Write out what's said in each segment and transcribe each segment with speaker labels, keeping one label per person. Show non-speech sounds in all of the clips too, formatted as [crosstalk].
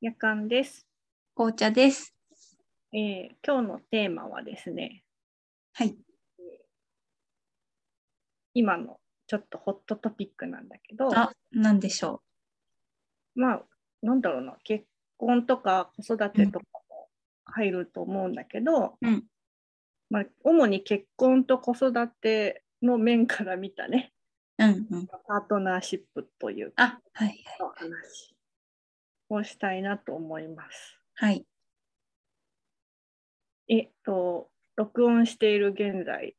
Speaker 1: 夜間です、
Speaker 2: 紅茶です。
Speaker 1: えー今日のテーマはですね、
Speaker 2: はい。
Speaker 1: 今のちょっとホットトピックなんだけど、
Speaker 2: あ、なんでしょ
Speaker 1: まあ、なんだろうな、結婚とか子育てとかも入ると思うんだけど、
Speaker 2: う。うん。
Speaker 1: まあ、主に結婚と子育ての面から見たね、
Speaker 2: うんうん。
Speaker 1: パートナーシップという
Speaker 2: あ、はいはい。
Speaker 1: お話をしたいなと思います。
Speaker 2: はい。
Speaker 1: えっと、録音している現在、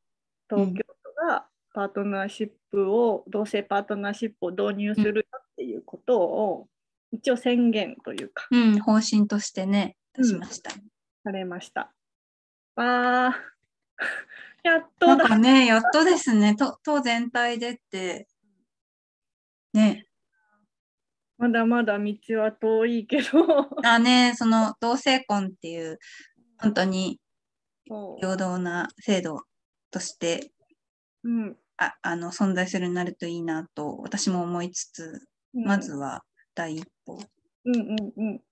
Speaker 1: 東京都がパートナーシップを、同性パートナーシップを導入するよっていうことを、一応宣言というか、
Speaker 2: うん、方針としてね、出しました。
Speaker 1: されました。わあ、 [laughs] やっ
Speaker 2: な
Speaker 1: と
Speaker 2: んか
Speaker 1: だ。
Speaker 2: ね、やっとですね、と党全体でって、ね、
Speaker 1: まだまだ道は遠い
Speaker 2: [laughs]
Speaker 1: けど、
Speaker 2: あね、その同性婚っていう、本当に平等な制度として、
Speaker 1: うん、
Speaker 2: ああの存在するようになるといいなと私も思いつつ、
Speaker 1: うん
Speaker 2: まずは第一歩。
Speaker 1: うんうんうん。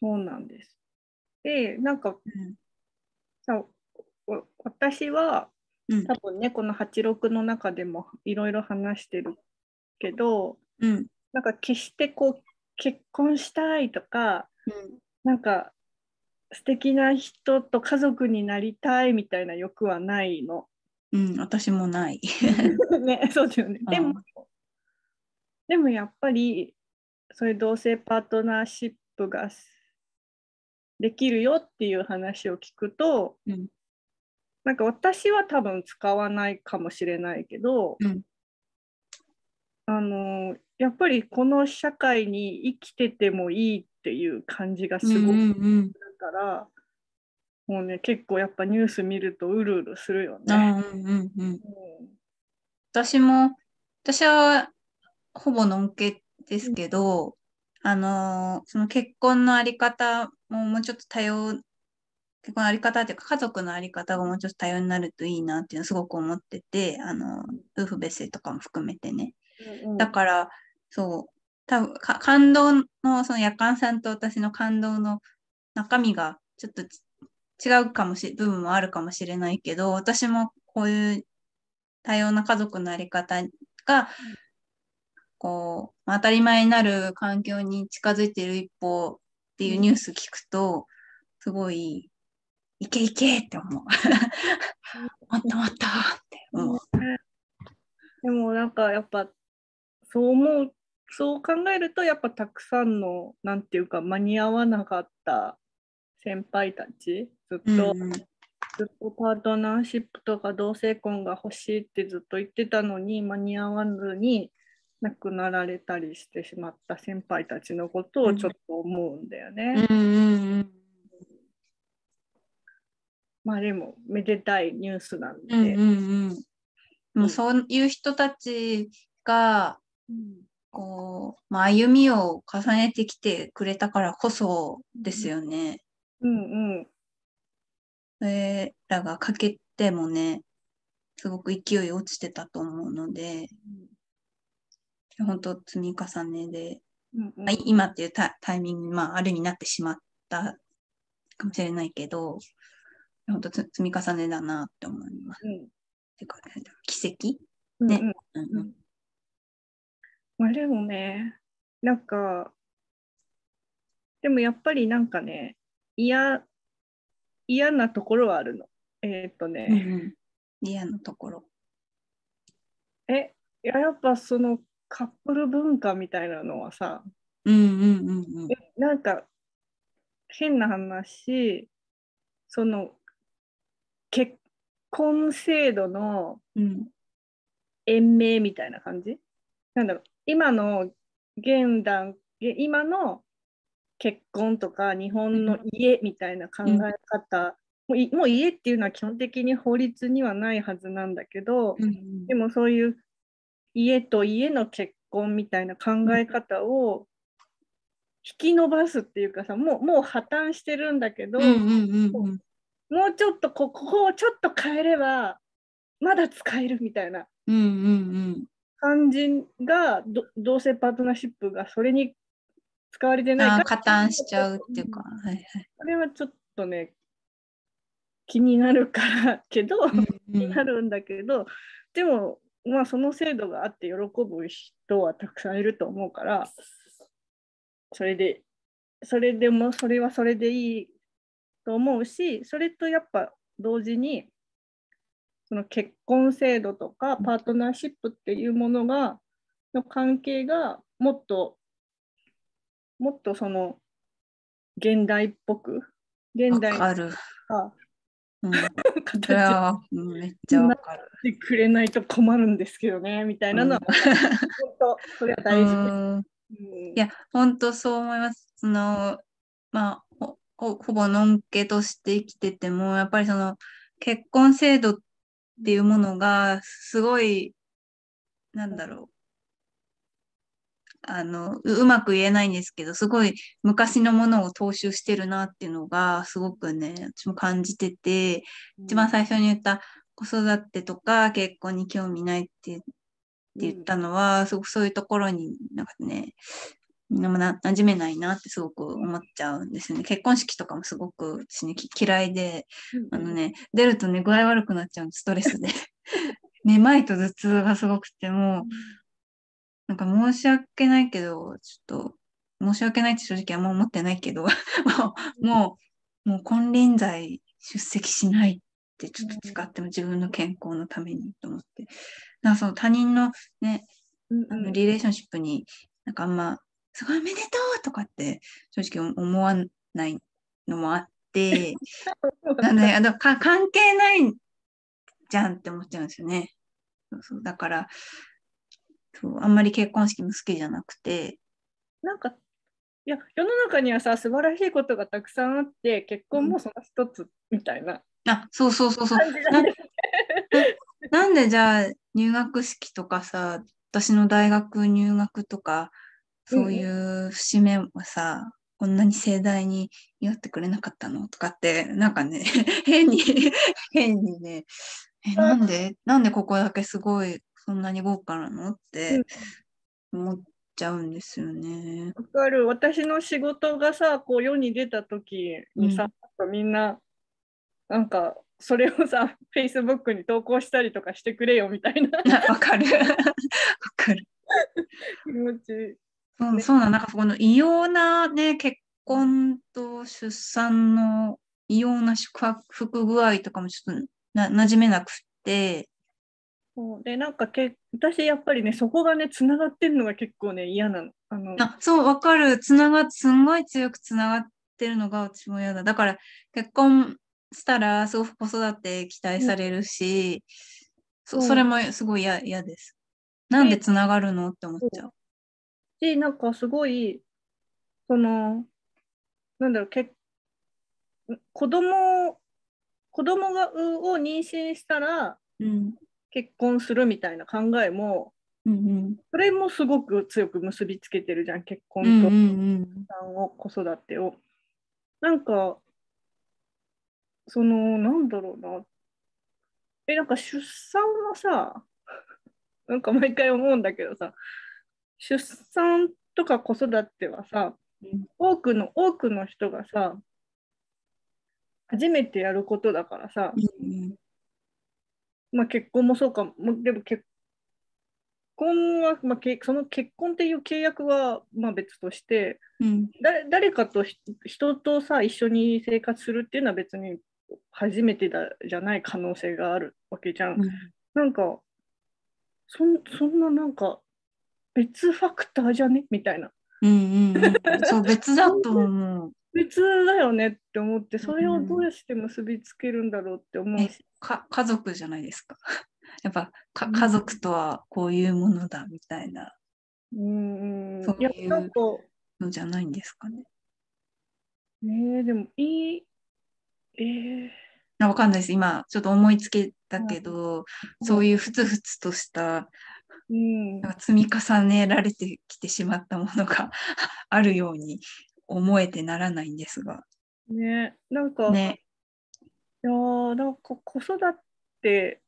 Speaker 1: そうなんです。で、なんか
Speaker 2: うん
Speaker 1: さ、わ私は
Speaker 2: うん
Speaker 1: 多分ね、この86の中でもいろいろ話してるけど、
Speaker 2: うん。
Speaker 1: なんか決してこう、結婚したいとか、なんか素敵な人と家族になりたいみたいな欲はないの。
Speaker 2: うん、うん、私もない。
Speaker 1: [laughs] ね、そうだよね。でも、でもやっぱり、そういう同性パートナーシップができるよっていう話を聞くと、
Speaker 2: うん
Speaker 1: なんか私は多分使わないかもしれないけど、
Speaker 2: うん
Speaker 1: あのやっぱりこの社会に生きててもいいっていう感じがすごく
Speaker 2: うんう
Speaker 1: だ
Speaker 2: んうん
Speaker 1: から、もうね結構やっぱニュース見るとうるうるするよ
Speaker 2: あ
Speaker 1: ね。
Speaker 2: ーうんうんうん、
Speaker 1: うん
Speaker 2: 私も私はほぼのんけですけど、あのーその結婚のあり方ももうちょっと多様結婚のあり方っていうか家族のあり方がもうちょっと多様になるといいなっていうのをすごく思っててあの夫婦別姓とかも含めてね
Speaker 1: うんうん
Speaker 2: だからそう多分か感動のその夜間さんと私の感動の中身がちょっとち違うかもし部分もあるかもしれないけど私もこういう多様な家族のあり方がこうまあ当たり前になる環境に近づいている一方っていうニュース聞くとすごいいけいけっ
Speaker 1: [laughs]
Speaker 2: て思う [laughs] もっともっとって思う。
Speaker 1: でもなんかやっぱそう思うそう考えるとやっぱたくさんのなんていうか間に合わなかった先輩たちずっと、
Speaker 2: うんうん
Speaker 1: ずっとパートナーシップとか同性婚が欲しいってずっと言ってたのに間に合わずに亡くなられたりしてしまった先輩たちのことをちょっと思うんだよね。
Speaker 2: うんうんうん
Speaker 1: まあでもめでたいニュースなんで。
Speaker 2: うんうんうん、
Speaker 1: う
Speaker 2: も
Speaker 1: ん
Speaker 2: うそういう人たちが
Speaker 1: うん
Speaker 2: こう、まあ、歩みを重ねてきてくれたからこそですよね。
Speaker 1: うんうん
Speaker 2: それらが欠けてもねすごく勢い落ちてたと思うので本当積み重ねで、
Speaker 1: うんうん
Speaker 2: まあい今っていうタタイミングに、まあ、ある意味なってしまったかもしれないけど本当積み重ねだなって思います。てか奇跡、
Speaker 1: うん
Speaker 2: ね
Speaker 1: うん
Speaker 2: うんうん
Speaker 1: まあでもね、なんか、でもやっぱりなんかね、嫌、嫌なところはあるの。えーっと
Speaker 2: うん
Speaker 1: ね、
Speaker 2: うん、リアのところ。
Speaker 1: え、いややっぱそのカップル文化みたいなのはさ、
Speaker 2: うんうんうんうん。
Speaker 1: なんか変な話、その結婚制度の
Speaker 2: うん
Speaker 1: 延命みたいな感じなんだろう今の現段げ今の結婚とか日本の家みたいな考え方、もういもう家っていうのは基本的に法律にはないはずなんだけど、
Speaker 2: うん
Speaker 1: でもそういう家と家の結婚みたいな考え方を引き伸ばすっていうかさもうもう破綻してるんだけど、
Speaker 2: うんうんうんうん
Speaker 1: もうちょっとこここをちょっと変えればまだ使えるみたいな
Speaker 2: うんうん
Speaker 1: 感じがど同性パートナーシップがそれに使われてない
Speaker 2: あ
Speaker 1: か
Speaker 2: ー
Speaker 1: ら
Speaker 2: 加担しちゃうっていうか。はいはい。
Speaker 1: それはちょっとね気になるからけど、
Speaker 2: うん
Speaker 1: になるんだけどでもまあその制度があって喜ぶ人はたくさんいると思うからそれでそれでもそれはそれでいいと思うしそれとやっぱ同時にその結婚制度とかパートナーシップっていうものがの関係がもっともっとその現代っぽく現代
Speaker 2: わかる。
Speaker 1: が
Speaker 2: うん、そ
Speaker 1: 形
Speaker 2: れ
Speaker 1: を
Speaker 2: はうんめっ [laughs] ちゃわかる。
Speaker 1: ってくれないと困るんですけどねみたいなのは、本当それは大事です。
Speaker 2: うん
Speaker 1: うん
Speaker 2: いや、本当そう思います。その、まあ、ほほほぼのんけとして生きてても、やっぱりその結婚制度っていうものが、すごい、なんだろう。あのううまく言えないんですけどすごい昔のものを踏襲してるなっていうのがすごくね私も感じてて一番最初に言った子育てとか結婚に興味ないっていうって言ったのは、すごくそういうところになんかね、なな馴染めないなってすごく思っちゃうんですよね。結婚式とかもすごく私ね、き嫌いで、
Speaker 1: うん
Speaker 2: あのね、出るとね、具合悪くなっちゃうんです、ストレスで。めまいと頭痛がすごくて、もう、なんか申し訳ないけど、ちょっと、申し訳ないって正直あんま思ってないけど、も [laughs] う、もう、もう金輪際出席しないってちょっと誓っても自分の健康のためにと思って。なんかその他人のね、
Speaker 1: うん
Speaker 2: あ
Speaker 1: う
Speaker 2: の
Speaker 1: ん
Speaker 2: リレーションシップになんかあんま、すごいおめでとうとかって正直思わないのもあ
Speaker 1: [laughs]
Speaker 2: って、なんで、あのか関係ないじゃんって思っちゃうんですよね。そうそうだからそう、あんまり結婚式も好きじゃなくて、
Speaker 1: なんかいや世の中にはさ素晴らしいことがたくさんあって結婚もその一つみたいな
Speaker 2: あ、そうそうそうそう。
Speaker 1: 感じなんで
Speaker 2: なんでじゃあ入学式とかさ、私の大学入学とか、そういう節目はさ、こんなに盛大に祝ってくれなかったのとかって、なんかね、 [laughs] 変に、変にね、え、なんで、なんでここだけすごい、そんなに豪華なのって思っちゃうんですよね。 [laughs]
Speaker 1: わかる私の仕事がさこう世に出た時にさ、みんななんかそれをさ [laughs] Facebook に投稿したりとかしてくれよみたいな
Speaker 2: わかる。 [laughs] わかる。
Speaker 1: 気持ち。
Speaker 2: そう
Speaker 1: ね
Speaker 2: そうなんなんかこの異様なね、結婚と出産の異様な宿泊具合とかもちょっとな馴染めなくって、
Speaker 1: そうでなんかけ私やっぱりねそこがねつながってるのが結構ね嫌なの。あの
Speaker 2: あそう、わかる。つなが、すんごい強くつながってるのが私も嫌だ。だから結婚したらすごく子育て期待されるし、
Speaker 1: そ
Speaker 2: そ
Speaker 1: う
Speaker 2: それもすごい嫌嫌です。なんでつながるのって思っちゃう。
Speaker 1: しなんかすごいそのなんだろうけ子供を子供がを妊娠したら
Speaker 2: うん。
Speaker 1: 結婚するみたいな考えも
Speaker 2: うんうん。
Speaker 1: それもすごく強く結びつけてるじゃん結婚
Speaker 2: う
Speaker 1: と。
Speaker 2: んうんうん。
Speaker 1: さんを子育てをなんかそのなんだろうなえなんか出産はさ [laughs] なんか毎回思うんだけどさ出産とか子育てはさ
Speaker 2: うん
Speaker 1: 多くの多くの人がさ初めてやることだからさ、
Speaker 2: うん
Speaker 1: まあ、結婚もそうかもでも結婚は、まあ、けその結婚っていう契約はまあ別として、
Speaker 2: うん。
Speaker 1: 誰誰かとひ人とさ一緒に生活するっていうのは別に初めてだじゃない可能性があるわけじゃん。
Speaker 2: うん
Speaker 1: なんかそんそんななんか別ファクターじゃねみたいな
Speaker 2: うんうんうん、そう別だ [laughs] と思う。
Speaker 1: 別だよねって思ってそれをどうして結びつけるんだろうって思う
Speaker 2: [laughs]
Speaker 1: し、
Speaker 2: か家族じゃないですか。 [laughs] やっぱか家族とはこういうものだみたいな
Speaker 1: うん、
Speaker 2: そう
Speaker 1: いや
Speaker 2: いう
Speaker 1: なんか
Speaker 2: のじゃないんですかね。
Speaker 1: ねえでもいいえー
Speaker 2: あわかんないです。今ちょっと思いつけたけど、そういうふつふつとした
Speaker 1: うん
Speaker 2: なんか積み重ねられてきてしまったものが [laughs] あるように思えてならないんですが。
Speaker 1: ねなんか、
Speaker 2: ね。
Speaker 1: いやーなんか子育て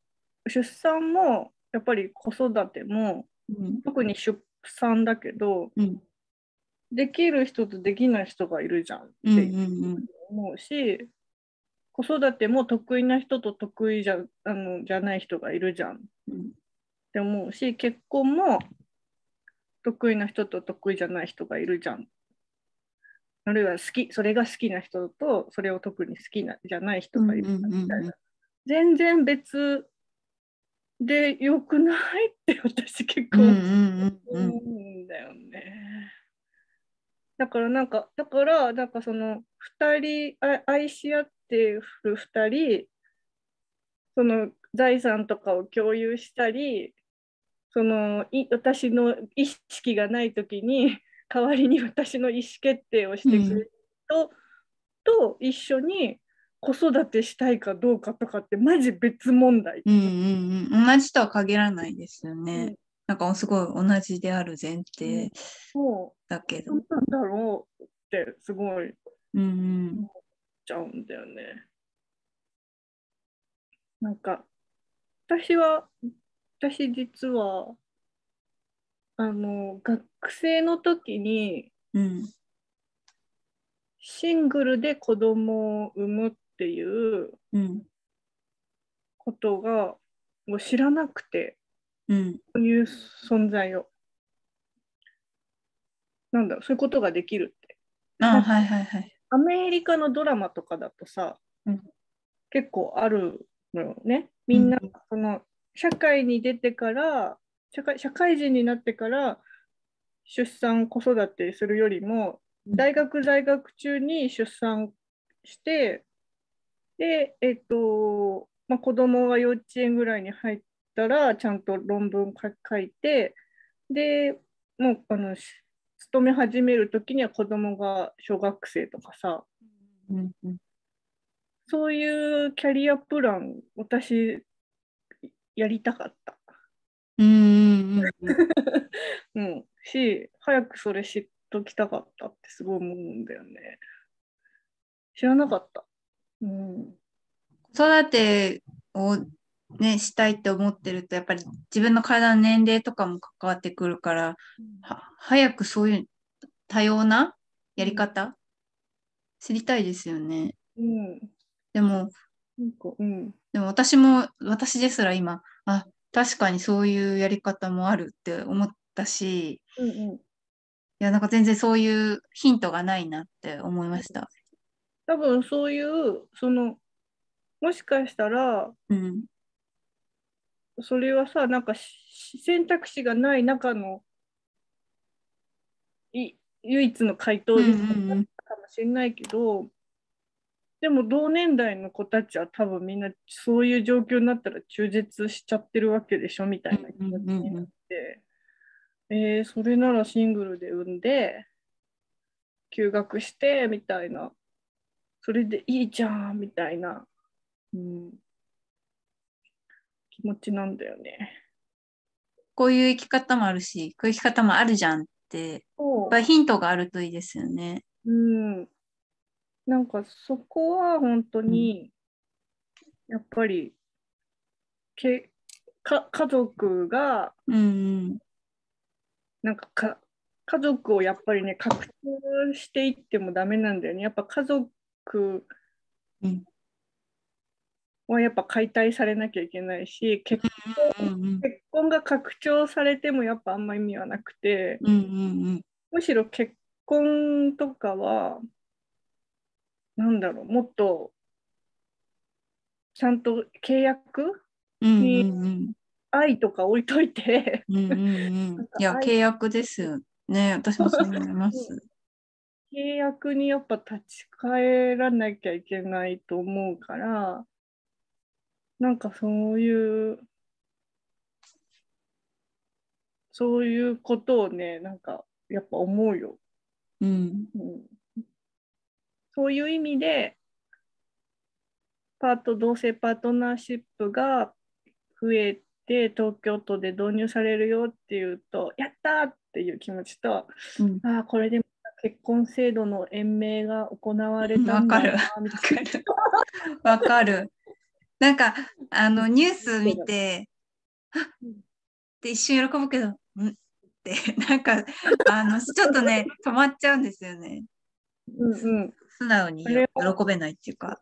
Speaker 1: 出産もやっぱり子育ても
Speaker 2: うん
Speaker 1: 特に出産だけど
Speaker 2: うん
Speaker 1: できる人とできない人がいるじゃんっ
Speaker 2: うんう
Speaker 1: て
Speaker 2: ん
Speaker 1: 思うし、子育ても得意な人と得意じゃあのじゃない人がいるじゃんっ
Speaker 2: うん
Speaker 1: て思うし結婚も得意な人と得意じゃない人がいるじゃん。あるいは好きそれが好きな人とそれを特に好きなじゃない人がいるじゃんみたいな、
Speaker 2: うんうんうんうん
Speaker 1: 全然別でよくないって私結
Speaker 2: う
Speaker 1: 構
Speaker 2: んう
Speaker 1: 思う
Speaker 2: んうんうん
Speaker 1: 思うんだよね。だからなんか、だから、なんかその2人、あ愛し合ってる2人、その財産とかを共有したり、そのい私の意識がない時に代わりに私の意思決定をしてくれる人と一緒に子育てしたいかどうかとかってマジ別問題。
Speaker 2: うんうんうん同じとは限らないですよね。
Speaker 1: うん
Speaker 2: なんかすごい同じである前提
Speaker 1: も
Speaker 2: だけ
Speaker 1: う
Speaker 2: ど。
Speaker 1: どうなんだろうってすごい
Speaker 2: うん
Speaker 1: ちゃうんだよね。なんか私は私実はあの学生の時に
Speaker 2: うんうん
Speaker 1: シングルで子供を産むっていう
Speaker 2: うん
Speaker 1: ことがもう知らなくて
Speaker 2: うん
Speaker 1: そういう存在をなんだろうそういうことができるって
Speaker 2: あはいはいはい。
Speaker 1: アメリカのドラマとかだとさ、
Speaker 2: うん
Speaker 1: 結構あるのよね。みんな、
Speaker 2: うん
Speaker 1: その社会に出てから社会、社会人になってから出産、子育てするよりも、
Speaker 2: うん
Speaker 1: 大学在学中に出産して、で、えっと、まあ、子供が幼稚園ぐらいに入ったら、ちゃんと論文か書いて、で、もうあのし勤め始める時には子供が小学生とかさ
Speaker 2: うんうん
Speaker 1: そういうキャリアプラン私やりたかった、
Speaker 2: うんうんうん
Speaker 1: うん、し早くそれ知っときたかったってすごい思うんだよね知らなかった、うん、
Speaker 2: 子育てをねしたいって思ってるとやっぱり自分の体の年齢とかも関わってくるからは早くそういう多様なやり方知りたいですよね。
Speaker 1: うん
Speaker 2: でも
Speaker 1: なんかうん
Speaker 2: でも私も私ですら今あ確かにそういうやり方もあるって思ったし
Speaker 1: うんうん
Speaker 2: いやなんか全然そういうヒントがないなって思いました。
Speaker 1: 多分そういうそのもしかしたら
Speaker 2: うん、
Speaker 1: それはさなんかし選択肢がない中のい唯一の回答
Speaker 2: うんう
Speaker 1: になったか
Speaker 2: ん
Speaker 1: もしれないけど、でも同年代の子たちは多分みんなそういう状況になったら中絶しちゃってるわけでしょみたいな気持ちになって、えーそれならシングルで産んで休学してみたいなそれでいいじゃんみたいな、うん、気持ちなんだよね。
Speaker 2: こういう生き方もあるしこういう生き方もあるじゃんってやっ
Speaker 1: そう
Speaker 2: ぱりヒントがあるといいですよね。
Speaker 1: うん、なんかそこは本当に、やっぱりけか家族が
Speaker 2: うん
Speaker 1: なんかか家族をやっぱりね拡張していってもダメなんだよねやっぱ家族
Speaker 2: うん
Speaker 1: はやっぱ解体されなきゃいけないし結
Speaker 2: うんうん
Speaker 1: 結婚が拡張されてもやっぱあんま意味はなくて
Speaker 2: うんうん
Speaker 1: むしろ結婚とかはなんだろうもっとちゃんと契約
Speaker 2: うんうんうん
Speaker 1: 愛とか置いといて [laughs]
Speaker 2: うんうんうんいや契約ですよね私もそう思います。
Speaker 1: 契約にやっぱ立ち返らなきゃいけないと思うからなんかそういうそういうことをねなんかやっぱ思うよ。
Speaker 2: うん
Speaker 1: うんそういう意味でパート同性パートナーシップが増えて東京都で導入されるよっていうとやったーっていう気持ちと
Speaker 2: うん
Speaker 1: ああこれで結婚制度の延命が行われたんだな
Speaker 2: わ
Speaker 1: み
Speaker 2: わ
Speaker 1: た
Speaker 2: かる。わかる。なんか、あの、ニュース見て、あっって一瞬喜ぶけど、ん、なんか、あの、ちょっとね、止まっちゃうんですよね。
Speaker 1: うんうん、
Speaker 2: 素直に
Speaker 1: それを
Speaker 2: 喜べないっていうか、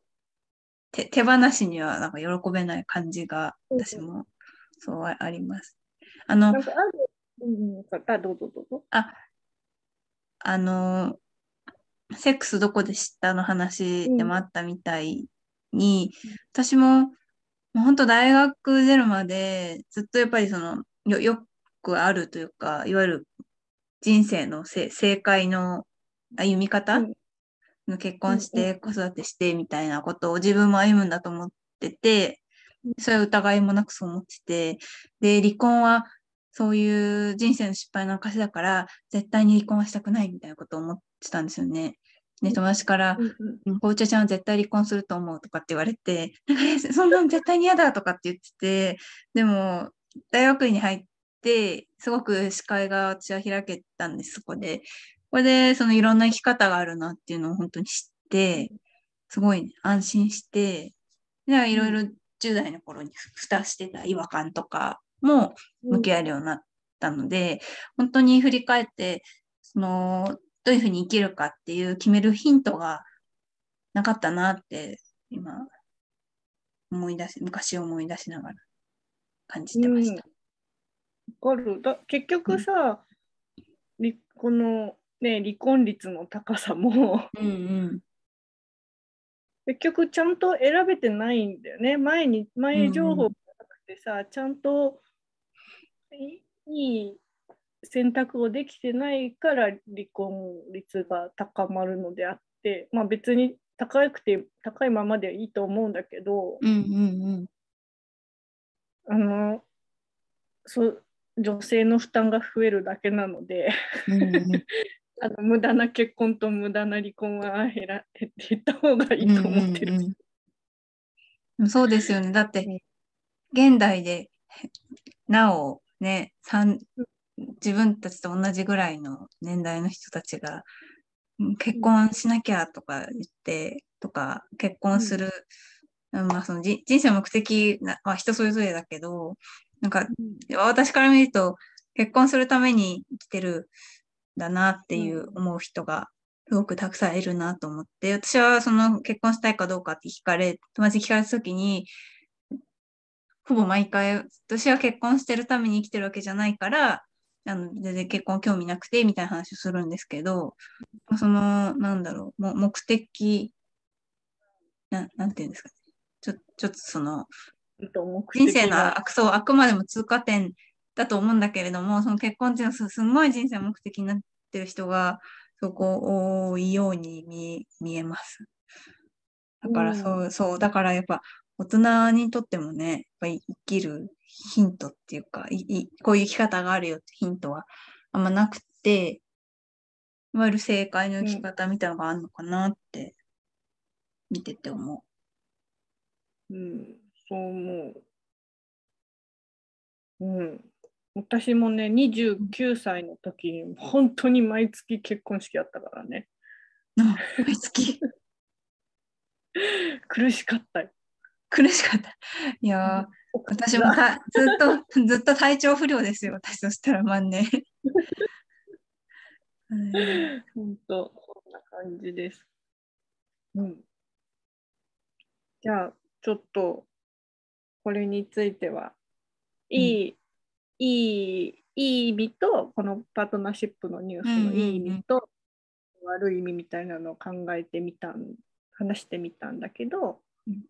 Speaker 2: 手手放しにはなんか喜べない感じが、私も、そうああります。あの
Speaker 1: な、んかある、うんうん、あどうぞどうぞ。
Speaker 2: あの、セックスどこで知ったの話でもあったみたいに、私も、もう本当大学出るまで、ずっとやっぱりその、よ、よくあるというか、いわゆる人生のせ正解の歩み方、
Speaker 1: うん
Speaker 2: 結婚して、子育てしてみたいなことを自分も歩むんだと思ってて、そういう疑いもなくそう思ってて、で、離婚はそういう人生の失敗の証だから、絶対に離婚はしたくないみたいなことを思ってたんですよね。で、友達から、
Speaker 1: うんうん
Speaker 2: うん紅茶ちゃんは絶対離婚すると思うとかって言われて、なんかえそんなの絶対に嫌だとかって言ってて、でも、大学院に入って、すごく視界が私は開けたんです、そこで。これで、そのいろんな生き方があるなっていうのを本当に知って、すごい安心して、でいろいろ10代の頃に蓋してた違和感とかも向き合えるようになったので、本当に振り返って、その、どういうふうに生きるかっていう決めるヒントがなかったなって、今、思い出し、昔を思い出しながら感じてました。
Speaker 1: わかるだ結局さ、りこの、ね、離婚率の高さも
Speaker 2: うんうん。
Speaker 1: 結局ちゃんと選べてないんだよね前に前情報がなくてさ、ちゃんといいい選択をできてないから離婚率が高まるのであって、まあ、別に高くて高いままでいいと思うんだけど、
Speaker 2: うんうん
Speaker 1: あのそう女性の負担が増えるだけなので。 [laughs]
Speaker 2: うん。うん [laughs] うん
Speaker 1: あの無駄な結婚と無駄な離婚は減ら減っていった方がいいと思ってる。
Speaker 2: うんうんうんそうですよね。だって
Speaker 1: うん、
Speaker 2: 現代で、なお、ね、三自分たちと同じぐらいの年代の人たちが、うん結婚しなきゃとか言って、とか、結婚する、うんまあそのじ人生の目的なは人それぞれだけど、なんか私から見ると結婚するために生きてるんだなっていう
Speaker 1: う
Speaker 2: 思う人がすごくたくさんいるなと思って私はその結婚したいかどうかって聞かれ友達に聞かれた時にほぼ毎回私は結婚してるために生きてるわけじゃないからあの全然結婚興味なくてみたいな話をするんですけどそのなんだろうも目的ななんていうんですかねちょちょっとその人生の悪そうあくまでも通過点だと思うんだけれどもその結婚っていうのはすすんごい人生の目的になってる人がそこ多いように見見えますだからそう、そうだからやっぱ大人にとってもねやっぱり生きるヒントっていうかいいこういう生き方があるよってヒントはあんまなくていわゆる正解の生き方みたいなのがあるのかなって見てて思う。
Speaker 1: うん、そう思う。うん、私もね29歳の時に本当に毎月結婚式あったからね
Speaker 2: あ毎月
Speaker 1: 苦しかったよ。
Speaker 2: 苦しかった。いやー、私もたずっと、ずっと体調不良ですよ、私としたら万年。うん
Speaker 1: 本当こんな感じです。うん。じゃあちょっとこれについてはいい、いいいい意味とこのパートナーシップのニュースのいい意味と、悪い意味みたいなのを考えてみたん話してみたんだけど、
Speaker 2: うん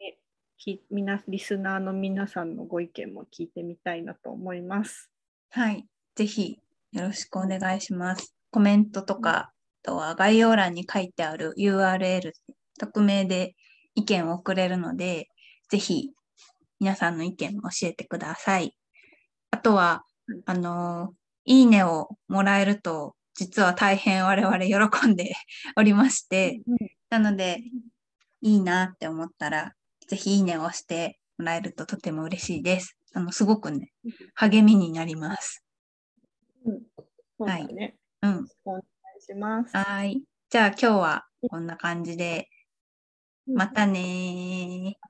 Speaker 1: えきみなリスナーの皆さんのご意見も聞いてみたいなと思います。
Speaker 2: はい、ぜひよろしくお願いします。コメントとか、あとは概要欄に書いてある URL、匿名で意見を送れるので、ぜひ皆さんの意見も教えてください。あとは
Speaker 1: うん、
Speaker 2: あの、いいねをもらえると、実は大変我々喜んでおりまして、なので、いいなって思ったら、ぜひいいねを押してもらえるととても嬉しいです。あの、すごくね、励みになります。
Speaker 1: うん、そうだね。
Speaker 2: うん。
Speaker 1: お願いします。
Speaker 2: はーい。じゃあ今日はこんな感じで、またねー。